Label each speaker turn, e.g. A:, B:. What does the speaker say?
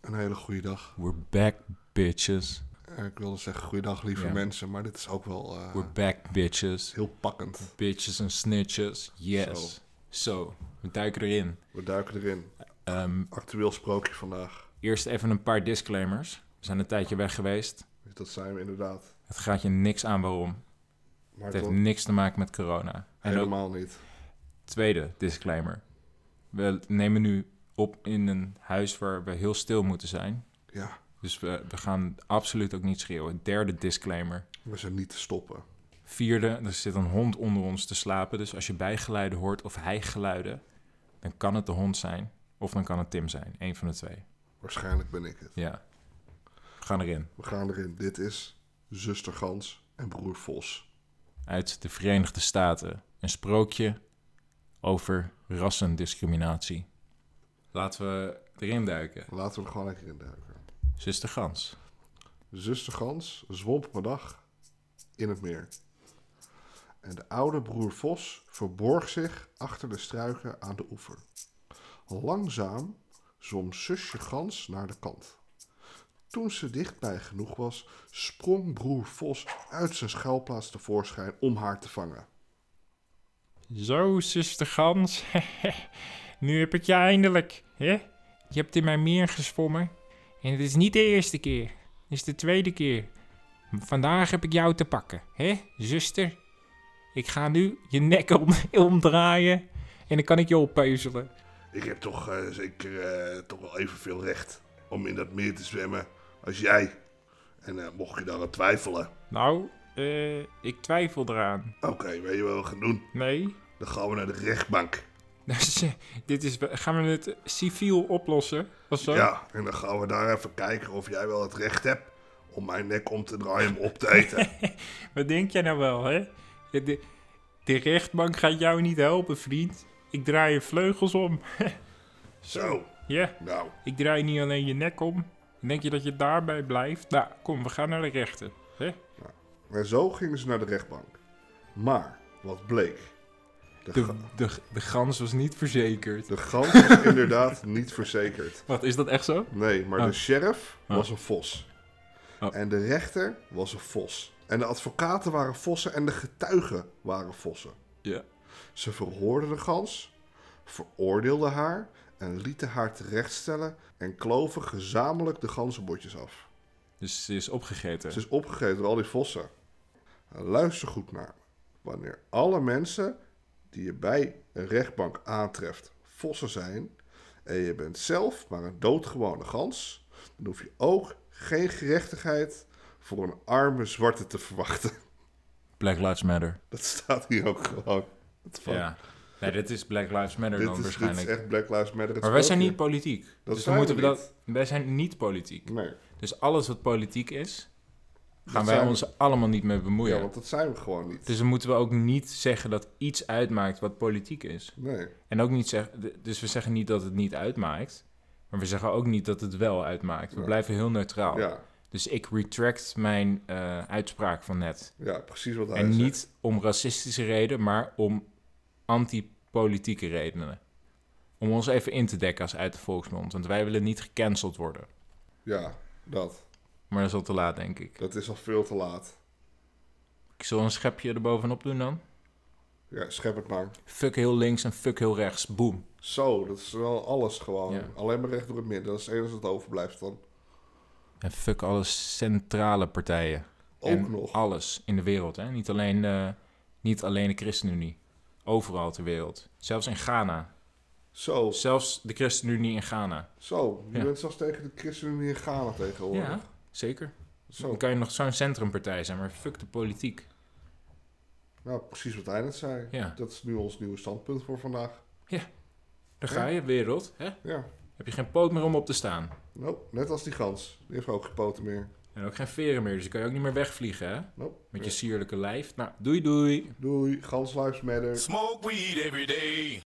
A: Een hele goede dag.
B: We're back, bitches.
A: Eh, Ik wilde zeggen goeiedag lieve
B: Ja.
A: mensen, maar dit is ook wel eh,
B: We're back, bitches.
A: heel pakkend.
B: Bitches en snitches. Yes.
A: Zo.
B: Zo, we duiken erin.
A: We duiken erin.
B: Ehm,
A: Actueel sprookje vandaag.
B: eerst even een paar disclaimers. We zijn een tijdje weg geweest.
A: Dus Dat zijn we inderdaad.
B: Het gaat je niks aan waarom.
A: Maar
B: Het heeft
A: toch
B: niks te maken met corona. En ook
A: helemaal niet.
B: tweede disclaimer. We nemen nu op in een huis waar we heel stil moeten zijn.
A: Ja,
B: Dus we, we gaan absoluut ook niet schreeuwen. Derde disclaimer.
A: we zijn niet te stoppen.
B: Vierde, er zit een hond onder ons te slapen. Dus als je bijgeluiden hoort of hijgeluiden, dan kan het de hond zijn. Of dan kan het Tim zijn. Eén van de twee.
A: Waarschijnlijk ben ik het.
B: Ja. We gaan erin.
A: We gaan erin. Dit is Zuster Gans en Broer Vos.
B: Uit de Verenigde Staten. Een sprookje over rassendiscriminatie. Laten we erin duiken.
A: Laten we er gewoon lekker in duiken.
B: Zuster Gans.
A: Zuster Gans zwom op een dag in het meer. En de oude broer Vos verborg zich achter de struiken aan de oever. Langzaam zwom zusje Gans naar de kant. Toen ze dichtbij genoeg was, sprong broer Vos uit zijn schuilplaats tevoorschijn om haar te vangen.
B: Zo, zuster Gans. nu heb ik je eindelijk. Hè? Je hebt in mijn meer gezwommen. En het is niet de eerste keer. Het is de tweede keer. Vandaag heb ik jou te pakken. Hè, zuster? Ik ga nu je nek om, omdraaien. En dan kan ik je oppeuzelen.
A: Ik heb toch eh, zeker eh, toch wel evenveel recht om in dat meer te zwemmen als jij. En eh, mocht je daar aan twijfelen,
B: Nou, eh, ik twijfel eraan.
A: oké, weet je wel wat we gaan doen?
B: Nee.
A: Dan gaan we naar de rechtbank.
B: Dus, eh, dit is, gaan we het civiel oplossen? Of zo?
A: Ja, en dan gaan we daar even kijken of jij wel het recht hebt om mijn nek om te draaien om op te eten.
B: Wat denk jij nou wel, hè? De, de- de rechtbank gaat jou niet helpen, vriend. Ik draai je vleugels om.
A: Zo,
B: Ja,
A: nou,
B: ik draai niet alleen je nek om. Denk je dat je daarbij blijft? Nou, kom, we gaan naar de rechter. Hè?
A: en zo gingen ze naar de rechtbank. Maar, wat bleek? De, ga-
B: de, de gans was niet verzekerd.
A: de gans was inderdaad niet verzekerd.
B: Wat, is dat echt zo?
A: Nee, maar
B: Oh.
A: de sheriff
B: Oh.
A: was een vos.
B: Oh.
A: En de rechter was een vos. En de advocaten waren vossen en de getuigen waren vossen.
B: Ja.
A: Ze verhoorden de gans, veroordeelden haar en lieten haar terechtstellen en kloven gezamenlijk de ganzenbotjes af.
B: Dus ze is opgegeten.
A: Ze is opgegeten door al die vossen. Nou, Luister goed naar me. Wanneer alle mensen die je bij een rechtbank aantreft vossen zijn en je bent zelf maar een doodgewone gans, dan hoef je ook geen gerechtigheid voor een arme zwarte te verwachten.
B: Black Lives Matter.
A: Dat staat hier ook gewoon. What the fuck?
B: Ja. Nee, dit is Black Lives Matter
A: Dit
B: dan
A: is, dit
B: waarschijnlijk.
A: is echt Black Lives Matter. het
B: Maar wij zijn niet
A: sprookje.
B: politiek. dus
A: zijn
B: dan moeten
A: we
B: we dat. Wij zijn niet politiek.
A: Nee,
B: Dus alles wat politiek is, gaan
A: zijn
B: wij
A: we-
B: ons allemaal niet mee bemoeien.
A: ja, want dat zijn we gewoon niet.
B: Oh Dus dan moeten we ook niet zeggen dat iets uitmaakt wat politiek is.
A: Nee,
B: En ook niet zeggen, d- dus we zeggen niet dat het niet uitmaakt. Maar we zeggen ook niet dat het wel uitmaakt. We
A: Ja.
B: blijven heel neutraal.
A: ja,
B: Dus ik retract mijn eh, uitspraak van net.
A: ja, precies wat hij
B: en
A: zegt.
B: niet om racistische redenen, maar om antipolitieke redenen. Om ons even in te dekken als uit de volksmond. Want wij willen niet gecanceld worden.
A: Ja, dat.
B: Maar dat is al te laat, denk ik.
A: Dat is al veel te laat.
B: Ik zal een schepje erbovenop doen dan.
A: Ja, schep het maar.
B: Fuck heel links en fuck heel rechts. Boom.
A: Zo, dat is wel alles gewoon.
B: Ja.
A: Alleen maar recht door het midden. Dat is het enige wat overblijft dan.
B: En fuck alle centrale partijen.
A: Ook
B: en Ah.
A: nog.
B: alles in de wereld. Hè? Niet, alleen, eh, niet alleen de ChristenUnie. Overal ter wereld. Zelfs in Ghana.
A: Zo,
B: Zelfs de ChristenUnie in Ghana.
A: zo. Je
B: Ja.
A: bent zelfs tegen de ChristenUnie in Ghana tegenwoordig.
B: Ja, zeker.
A: Zo.
B: Dan kan je nog zo'n centrumpartij zijn, maar fuck de politiek.
A: Nou, precies wat hij net zei.
B: Ja.
A: Dat is nu ons nieuwe standpunt voor vandaag.
B: Daar ga je, wereld. Hè?
A: Ja.
B: Heb je geen poot meer om op te staan.
A: Nope. Net als die gans. Die heeft ook geen poten meer.
B: En ook geen veren meer, dus dan kan je ook niet meer wegvliegen, hè?
A: Nope.
B: Met je sierlijke lijf. Nou, doei doei.
A: Doei. Gans lives matter.
C: Smoke weed every day.